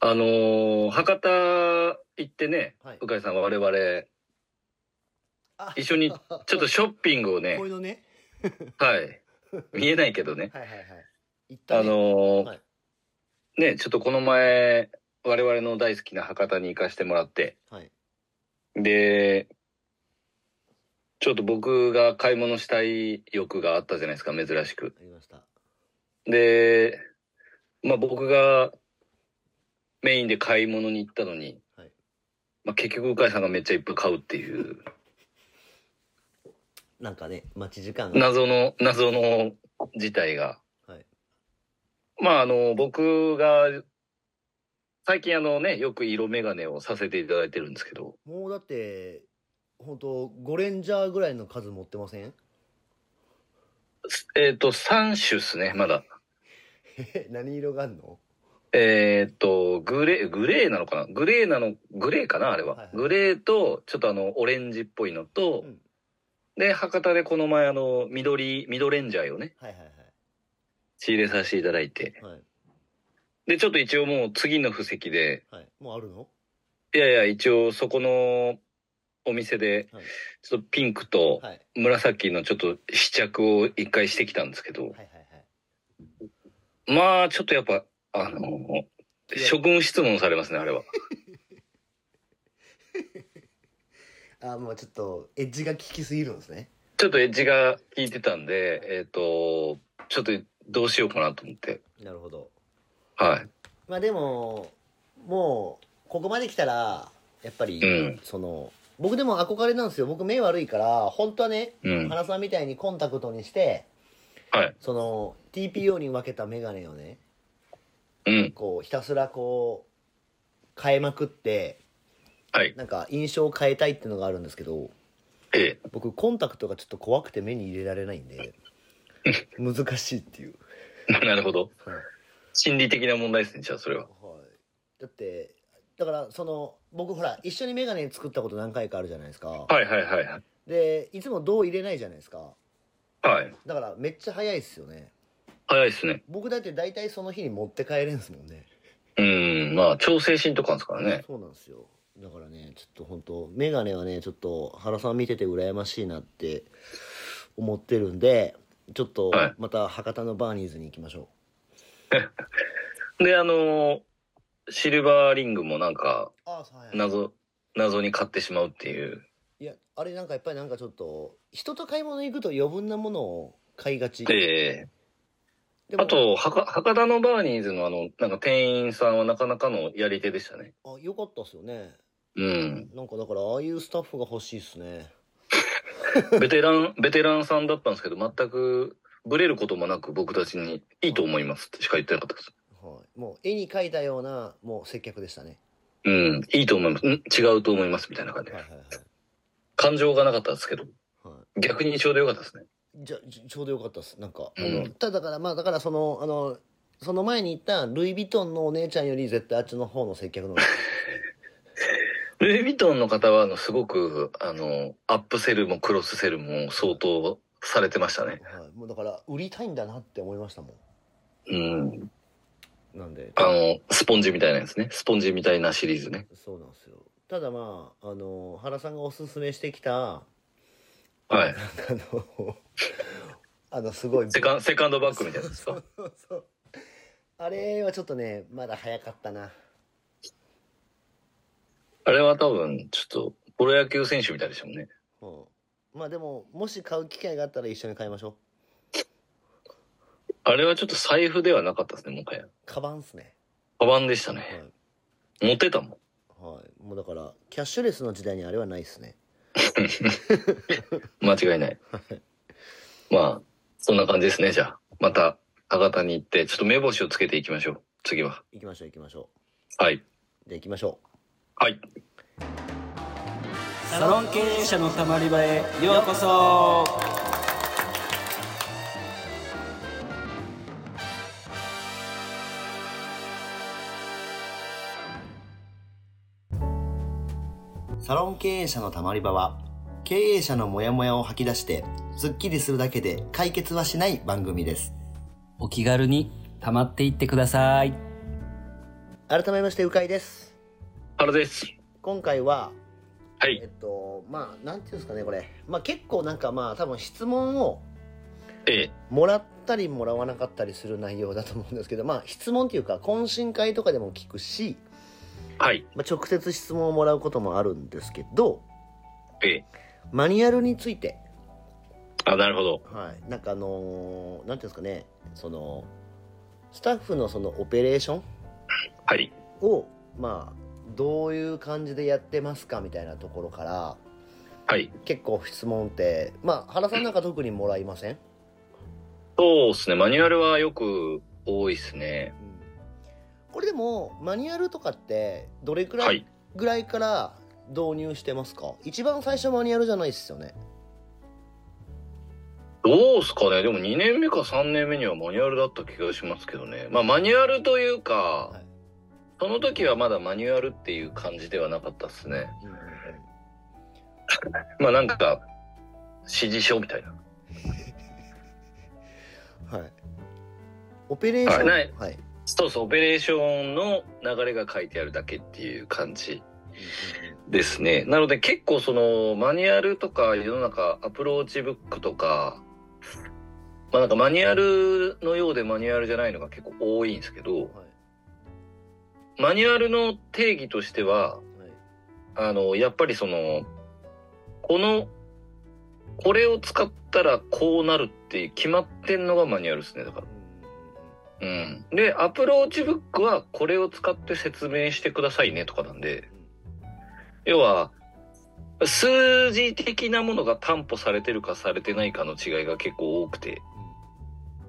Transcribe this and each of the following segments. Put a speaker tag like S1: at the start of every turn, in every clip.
S1: あのー博多行ってね、
S2: はい
S1: 鵜飼さんは我々、
S2: あ
S1: 一緒にちょっとショッピングをね
S2: こうい、うのね
S1: はい、見えないけどね、
S2: はいはいはい行ったね
S1: あのー
S2: はい
S1: ね、ちょっとこの前、我々の大好きな博多に行かしてもらって、
S2: はい
S1: で、ちょっと僕が買い物したい欲があったじゃないですか、珍しく。
S2: ありました
S1: で、まあ僕がメインで買い物に行ったのに、
S2: はい
S1: まあ結局、鵜飼さんがめっちゃいっぱい買うっていう、
S2: なんかね待ち時間が
S1: 謎の、謎の事態が。
S2: はい
S1: まああの、僕が、最近あのね、よく色眼鏡をさせていただいてるんですけど、
S2: もうだって本当ゴレンジャーぐらいの数持ってません
S1: えっ、と、3種っすね、まだ。
S2: え何色があんの
S1: えーっと、グレー、グレーなのかなグレーなの、グレーかなあれは、
S2: はいはい
S1: グレーと、ちょっとあの、オレンジっぽいのと、
S2: うん
S1: で、博多でこの前あの、緑、緑レンジャーをね、
S2: はいはい
S1: 仕入れさせていただいて。
S2: はいはい
S1: で、ちょっと一応もう次の布石で、
S2: はいもうあるの
S1: いやいや、一応そこのお店で
S2: はい、
S1: ちょっとピンクと
S2: はい
S1: 紫のちょっと試着を一回してきたんですけど、
S2: はいはいはい
S1: まあ、ちょっとやっぱ、あの、職務質問されますね、あれは。
S2: あもうちょっとエッジが効きすぎるんですね
S1: ちょっとエッジが効いてたんで、えっ、と、ちょっとどうしようかなと思って。
S2: なるほど
S1: はい。
S2: まあでももうここまで来たらやっぱり、
S1: うん
S2: その僕でも憧れなんですよ僕目悪いから本当はね
S1: うん。
S2: 原さんみたいにコンタクトにして
S1: はい。
S2: その TPO に分けたメガネをね
S1: うん。
S2: こうひたすらこう変えまくって
S1: はい。
S2: なんか印象を変えたいっていうのがあるんですけど
S1: ええ。
S2: 僕コンタクトがちょっと怖くて目に入れられないんで難しいっていう、
S1: なるほど。
S2: はい
S1: 心理的な問題ですね、じゃあそれは。
S2: はい、だってだからその僕ほら一緒にメガネ作ったこと何回かあるじゃないですか、
S1: はいはいはいはい。
S2: でいつも銅入れないじゃないですか
S1: はい。
S2: だからめっちゃ早いっすよね
S1: 早いですね。
S2: 僕だって大体その日に持って帰れんすもんね
S1: うん。まあ、調整心とかですからね。
S2: そうなんですよだからねちょっと本当メガネはねちょっと原さん見てて羨ましいなって思ってるんでちょっと
S1: はい
S2: また博多のバーニーズに行きましょ
S1: で、あのシルバーリングもなんか、
S2: う、ああはい
S1: 謎、謎に買ってしまうっていう。
S2: いやあれなんかやっぱりなんかちょっと人と買い物行くと余分なものを買いがち
S1: ええ。
S2: でも
S1: あと、はか博多のバーニーズのあの、なんか店員さんはなかなかのやり手でしたね。
S2: あよかったっすよね
S1: うん。
S2: なんかだからああいうスタッフが欲しいっすね
S1: ベテラン、 ベテランさんだったんですけど、全くブレることもなく僕たちにいいと思いますってしか言ってなかったです。
S2: はい、もう絵に描いたようなもう接客でしたね。
S1: うん、いいと思います。ん違うと思いますみたいな感じ
S2: はいは
S1: で。
S2: い
S1: 感情がなかったですけど、
S2: はい。はい
S1: 逆にちょうどよかったですね。
S2: じゃちょちょうどよかったですなんか、
S1: うん
S2: あのただからまあだからそのあのその前に言ったルイ・ヴィトンのお姉ちゃんより絶対あっちの方の接客の方が
S1: ルイ・ヴィトンの方は、あの、すごく、あの、アップセルもクロスセルも相当されてましたね。
S2: はい、もうだから売りたいんだなって思いましたも
S1: うん。
S2: んなんで
S1: あの、スポンジみたいなやつね。スポンジみたいなシリーズね。
S2: そうなんですよただまああの原さんがおすすめしてきたあ
S1: はい。
S2: の あのすごい
S1: セカンセカンドバッグみたいなやつですか。
S2: そうそうあれはちょっとねまだ早かったな
S1: あれは多分、ちょっと、プロ野球選手みたいでしたもんね。
S2: うんまあでももし買う機会があったら一緒に買いましょう
S1: あれはちょっと財布ではなかったですね、もはや。
S2: カバンっすね
S1: カバンでした
S2: は
S1: ね。
S2: い、
S1: 持ってたもん。
S2: はい、もうだからキャッシュレスの時代にあれはないっすね
S1: 間違いない。まあ、そんな感じですね、じゃあ。また、博多に行って、ちょっと目星をつけていきましょう。次は。
S2: 行きましょう行きましょ
S1: はい。
S2: うで行きましょ
S1: はい。
S3: サロン経営者のたまり場へようこそ
S2: うサロン経営者のたまり場は経営者のモヤモヤを吐き出してスッキリするだけで解決はしない番組です
S3: お気軽にたまっていってください
S2: 改めましてうかいです
S1: 原です。
S2: 今回は
S1: は
S2: え
S1: い。
S2: っとまあなんていうんですかねこれ、まあ、結構なんかまあ多分質問を
S1: ええ。
S2: もらったりもらわなかったりする内容だと思うんですけどまあ質問っていうか懇親会とかでも聞くし、
S1: はい。
S2: まあ、直接質問をもらうこともあるんですけど
S1: ええ。
S2: マニュアルについて
S1: あ、なるほど。
S2: はい、なんかあのーなんていうんですかねそのスタッフのそのオペレーション
S1: はい。
S2: をまあどういう感じでやってますかみたいなところから
S1: はい。
S2: 結構質問ってまあ原さんなんか特にもらいません、
S1: そうですね。マニュアルはよく多いですね。
S2: これでもマニュアルとかってどれくら
S1: はいい。
S2: ぐらいから導入してますか一番最初マニュアルじゃないですよね
S1: どうすかねでも2年目か3年目にはマニュアルだった気がしますけどね。まあマニュアルというか、
S2: はい
S1: その時はまだマニュアルっていう感じではなかったですね。まあなんか、指示書みたいな。
S2: はいオペレーション
S1: はい
S2: はい
S1: そうそう、オペレーションの流れが書いてあるだけっていう感じですね。なので結構そのマニュアルとか世の中アプローチブックとか、まあなんかマニュアルのようでマニュアルじゃないのが結構多いんですけど、
S2: はい
S1: マニュアルの定義としては、
S2: はい
S1: あの、やっぱりその、この、これを使ったらこうなるって決まってんのがマニュアルですね、だから。うん。で、アプローチブックはこれを使って説明してくださいねとかなんで、要は、数字的なものが担保されてるかされてないかの違いが結構多くて、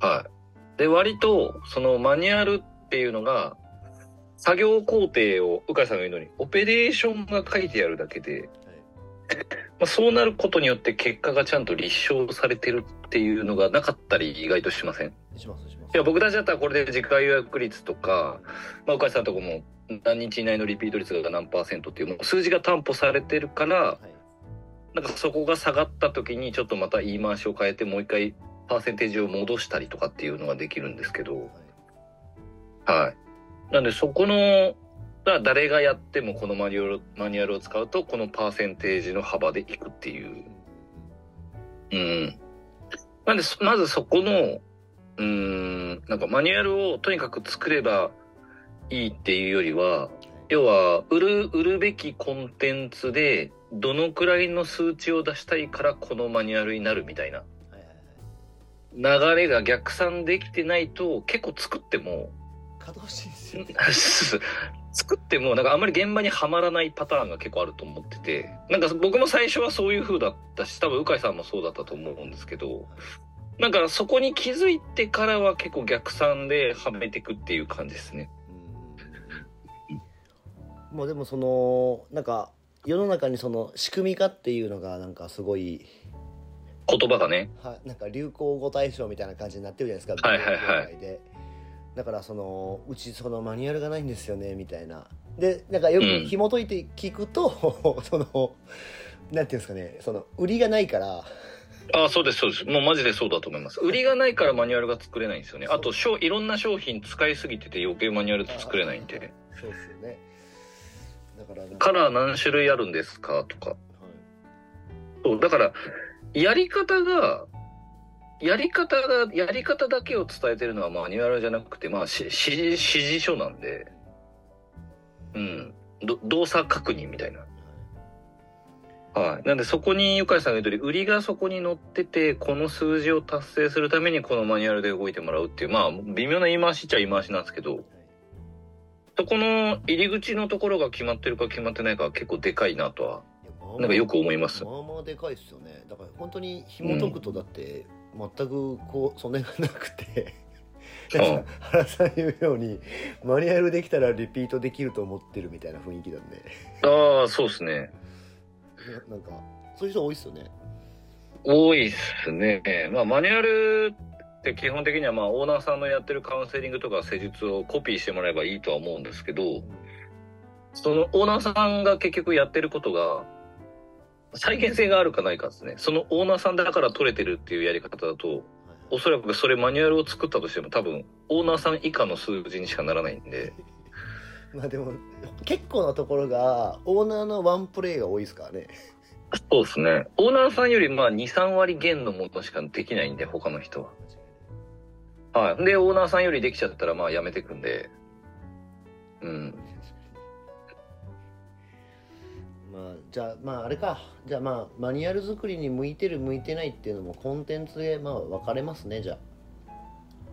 S1: はい。で、割と、そのマニュアルっていうのが、作業工程を、うかいさんが言うのに、オペレーションが書いてあるだけで、まあ、そうなることによって結果がちゃんと立証されてるっていうのがなかったり意外としません。い
S2: しますします
S1: や、僕たちだったらこれで次回予約率とか、まあ、うかいさんとこも何日以内のリピート率が何パーセントっていう、もう数字が担保されてるから、
S2: はい
S1: なんかそこが下がった時にちょっとまた言い回しを変えてもう一回パーセンテージを戻したりとかっていうのができるんですけど、はい。なんでそこの、だから誰がやってもこのマニュアルマニュアルを使うとこのパーセンテージの幅でいくっていううん。なんで、そまずそこの、うーん、なんかマニュアルをとにかく作ればいいっていうよりは、要は、売る、売るべきコンテンツで、どのくらいの数値を出したいからこのマニュアルになるみたいな
S2: はいはいは
S1: 流
S2: い
S1: れが逆算できてないと結構作っても
S2: 稼働してんすよね
S1: 作ってもなんかあんまり現場にはまらないパターンが結構あると思っててなんか僕も最初はそういう風だったし多分鵜飼さんもそうだったと思うんですけどなんかそこに気づいてからは結構逆算ではめていくっていう感じですね。
S2: もうでもそのなんか世の中にその仕組み化っていうのがなんかすごい
S1: 言葉がね。
S2: はなんか流行語大賞みたいな感じになってるじゃないですか
S1: はいはいはい
S2: 業界でだからそのうちそのマニュアルがないんですよねみたいなでなんかよく
S1: うん
S2: 紐解いて聞くと、 そのなんていうんですかねその売りがないから
S1: ああ、そうです、そうです。もうマジでそうだと思います。売りがないからマニュアルが作れないんですよね。あと、商いろんな商品使いすぎてて余計マニュアル作れないんで。
S2: そうですよねだからなん
S1: カラー何種類あるんですかとか。
S2: はい
S1: そう、だから、やり方が、やり方が、やり方だけを伝えてるのはマニュアルじゃなくて、まあ、し指示、指示書なんで、うん。ど動作確認みたいな。はい。なんでそこにゆかいさんが言う通り、売りがそこに載ってて、この数字を達成するためにこのマニュアルで動いてもらうっていう、まあ、微妙な言い回しっちゃ言い回しなんですけど、そこの入り口のところが決まってるか決まってないかは結構でかいなとは、なんかよく思います。
S2: まあまあでかいっすよねだから本当に紐解くとだって全くこうそれがなくて、
S1: うん
S2: なんか原さん言うようにマニュアルできたらリピートできると思ってるみたいな雰囲気だね
S1: ああ、そうですね。
S2: ななんかそういう人多いっすよね
S1: 多いっすね。まあ、マニュアルって基本的には、まあ、オーナーさんのやってるカウンセリングとか施術をコピーしてもらえばいいとは思うんですけど、そのオーナーさんが結局やってることが、再現性があるかないかですね。そのオーナーさんだから取れてるっていうやり方だと、おそらくそれマニュアルを作ったとしても多分、オーナーさん以下の数字にしかならないんで、
S2: まあでも結構なところがオーナーのワンプレーが多いですからね
S1: そうですね。オーナーさんよりまあ2、3割減のものしかできないんで、他の人は。はい。で、オーナーさんよりできちゃったらまあやめてくんで。うん。
S2: まあじゃあまああれかじゃあまあマニュアル作りに向いてる向いてないっていうのもコンテンツでまあ分かれますねじゃあ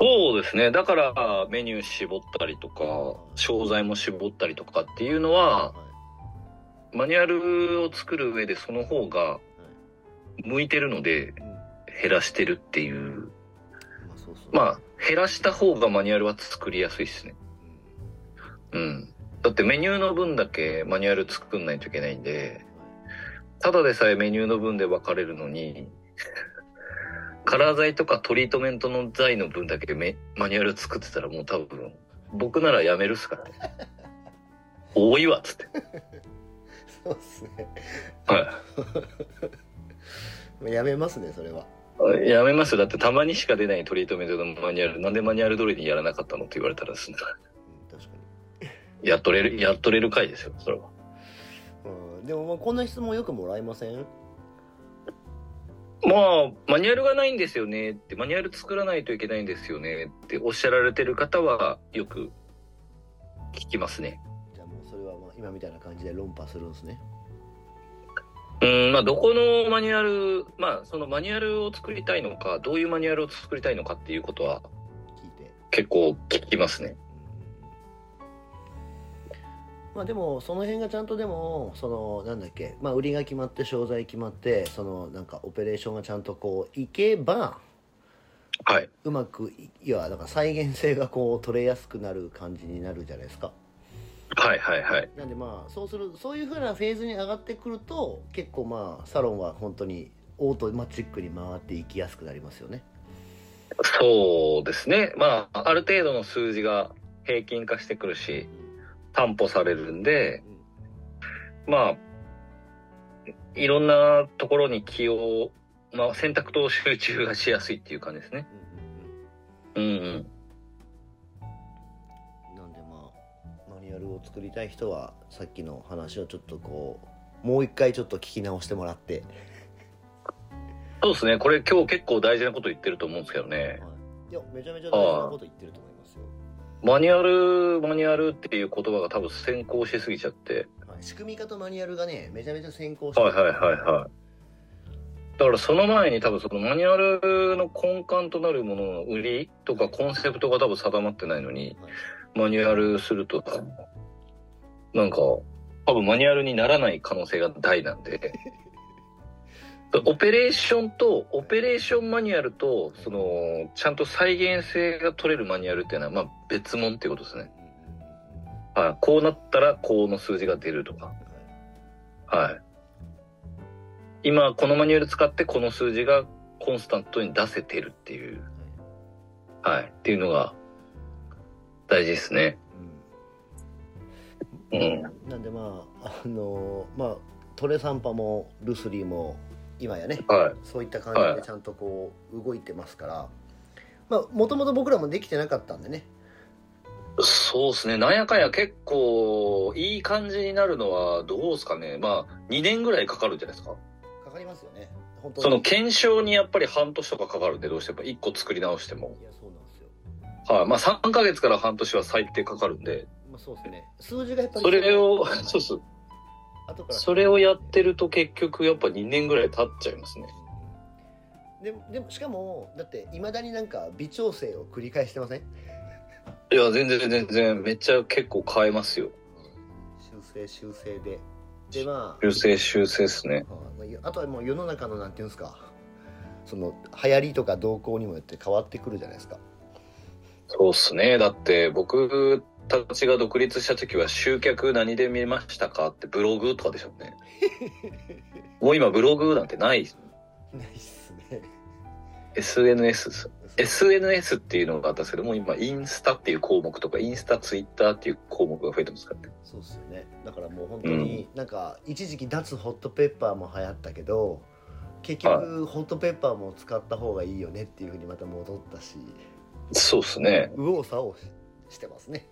S1: そうですね。だからメニュー絞ったりとか、商材も絞ったりとかっていうのは、マニュアルを作る上でその方が向いてるので
S2: いうん
S1: 減らしてるっていう。
S2: まあそうそう
S1: まあ、減らした方がマニュアルは作りやすいですね。
S2: うん
S1: うん。だってメニューの分だけマニュアル作んないといけないんで、
S2: はい
S1: ただでさえメニューの分で分かれるのに、カラー剤とかトリートメントの剤の分だけめマニュアル作ってたらもう多分、僕ならやめるっすからね。多いわっつって。
S2: そうですね。
S1: は
S2: まあやめますね、それは。
S1: い。やめますよ。だってたまにしか出ないトリートメントのマニュアル、なんでマニュアル通りにやらなかったのって言われたらですね、
S2: うん確か
S1: やっとれる、やっとれる回ですよ、それは。
S2: に。うん、でも、まあ、こんな質問よくもらえません。
S1: まあ、マニュアルがないんですよねって、マニュアル作らないといけないんですよねっておっしゃられてる方はよく聞きますね。
S2: じゃあ、もう、それは、まあ、今みたいな感じで論破するんですね。
S1: うん、まあ、どこのマニュアル、まあ、そのマニュアルを作りたいのか、どういうマニュアルを作りたいのかっていうことは
S2: 聞いて。
S1: 結構聞きますね。
S2: まあでもその辺がちゃんとでもそのなんだっけまあ売りが決まって商材決まってそのなんかオペレーションがちゃんとこういけば
S1: はい。
S2: うまくいいやだから再現性がこう取れやすくなる感じになるじゃないですか
S1: はいはいはい。
S2: なんでまあそうするそういうふうなフェーズに上がってくると結構まあサロンは本当にオートマチックに回っていきやすくなりますよね
S1: そうですね。まあ、ある程度の数字が平均化してくるし、担保されるんで、まあ、いろんなところに気を、まあ、選択と集中がしやすいっていう感じですね。うん、うん。
S2: なんでまあマニュアルを作りたい人はさっきの話をちょっとこうもう一回ちょっと聞き直してもらって、
S1: そうですね。これ今日結構大事なこと言ってると思うんですけどね。
S2: い、やめちゃめちゃ大事なこと言ってると思いますよ、
S1: マニュアル、マニュアルっていう言葉が多分先行しすぎちゃって。
S2: はい、仕組み化とマニュアルがねめちゃめちゃ先行して
S1: はいはいはいはい。だからその前に多分そのマニュアルの根幹となるものの売りとかコンセプトが多分定まってないのに、
S2: はい
S1: マニュアルすると、なんか、多分マニュアルにならない可能性が大なんで、オペレーションと、オペレーションマニュアルと、その、ちゃんと再現性が取れるマニュアルっていうのは、まあ別物っていうことですね。はい。こうなったら、この数字が出るとか。はい。今、このマニュアル使って、この数字がコンスタントに出せてるっていう、はい。っていうのが、大事ですね。うん。
S2: うんなんでまああのーまあトレサンパもルスリーも今やね
S1: はい。
S2: そういった感じ
S1: は
S2: で
S1: い
S2: ちゃんとこう動いてますから、まあもともと僕らもできてなかったんでね
S1: そうですね。なんやかんや結構、いい感じになるのは、どうですかね。まあ、2年ぐらいかかるんじゃないですか。
S2: かかりますよね本当に
S1: その検証にやっぱり半年とかかかるんで、どうしても1個作り直しても。
S2: いやそうなんですよ
S1: はい。まあ、3ヶ月から半年は最低かかるんで、
S2: まあそうですね数字がやっぱり
S1: それを、 そうそう。
S2: 後から
S1: それをやってると結局やっぱ2年ぐらい経っちゃいますね。
S2: でもでもしかもだっていまだになんか微調整を繰り返してません
S1: いや、全然全然、めっちゃ結構変えますよ。
S2: 修正修正ででまあ
S1: 修正修正ですね。
S2: ああとはもう世の中のなんていうんですかその流行りとか動向にもよって変わってくるじゃないですか
S1: そうっすね。だって僕たちが独立した時は集客何で見ましたかってブログとかでしょ うね。もう今ブログなんてないです。
S2: ないっすね
S1: SNS です。SNS っていうのがあったんですけど、もう今インスタっていう項目とか、インスタ、ツイッターっていう項目が増えてますからね。
S2: そうっすよねだからもう本当になんか一時期脱ホットペッパーも流行ったけど結局ホットペッパーも使った方がいいよねっていうふうにまた戻ったし
S1: そうっすね。
S2: 右往左往ししてますね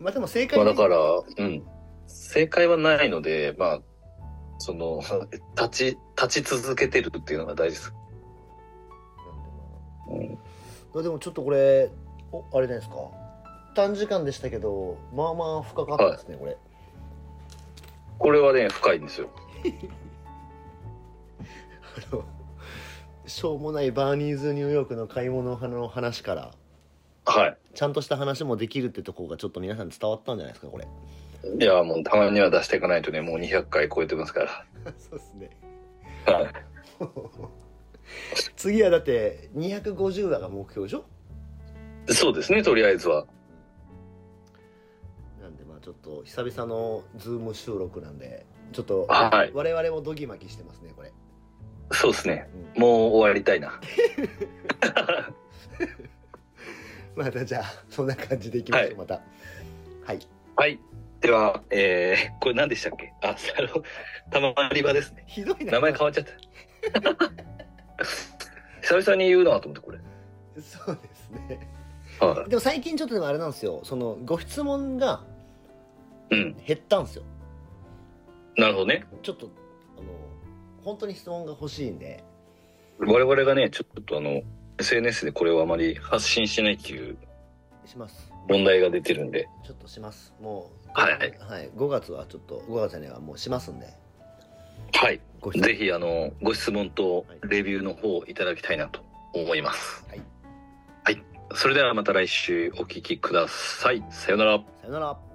S2: まあでも正
S1: ま
S2: 解
S1: あだから、うん。正解はないので、まあ、その、立ち、立ち続けてるっていうのが大事です。うん
S2: いやでもちょっとこれおあれじゃないですか短時間でしたけどまあまあ深かったですね、これ
S1: これはね、深いんですよ。
S2: あのしょうもないバーニーズニューヨークの買い物の話から
S1: はい。
S2: ちゃんとした話もできるってとこがちょっと皆さんに伝わったんじゃないです かこれ
S1: いや、もうたまには出していかないとね、もう200回超えてますか
S2: そうですね
S1: ら。はい。
S2: 次はだって250話が目標でしょ
S1: そうですね、とりあえずは。
S2: なんでまあちょっと久々のズーム収録なんでちょっと
S1: はい
S2: 我々もドギマギしてますねこれ、
S1: そうですね。
S2: うん
S1: もう終わりたいな。
S2: またじゃあそんな感じでいきましょう、
S1: はい
S2: またはい
S1: はい。では、えー、これ何でしたっけあ、あの、たまり場ですね。
S2: ひどいな
S1: 名前変わっちゃった。久々に言うなと思って、これ。
S2: そうですね
S1: は
S2: でも最近ちょっとでもあれなんですよそのご質問が
S1: い。うん。
S2: 減ったんですよ
S1: なるほどね。
S2: ちょっとあの本当に質問が欲しいんで
S1: 我々がね、ちょっとあの、SNS でこれをあまり発信しないっていう
S2: します
S1: 問題が出てるんで。
S2: ちょっとしますもう
S1: はい、
S2: はい、5月はちょっと5月じゃねえわもうしますんで
S1: はい。
S2: ご質問
S1: ぜひ、あの、ご質問とレビューの方をいただきたいなと思います。
S2: はい。
S1: はい。それではまた来週お聞きください。さようなら。
S2: さよなら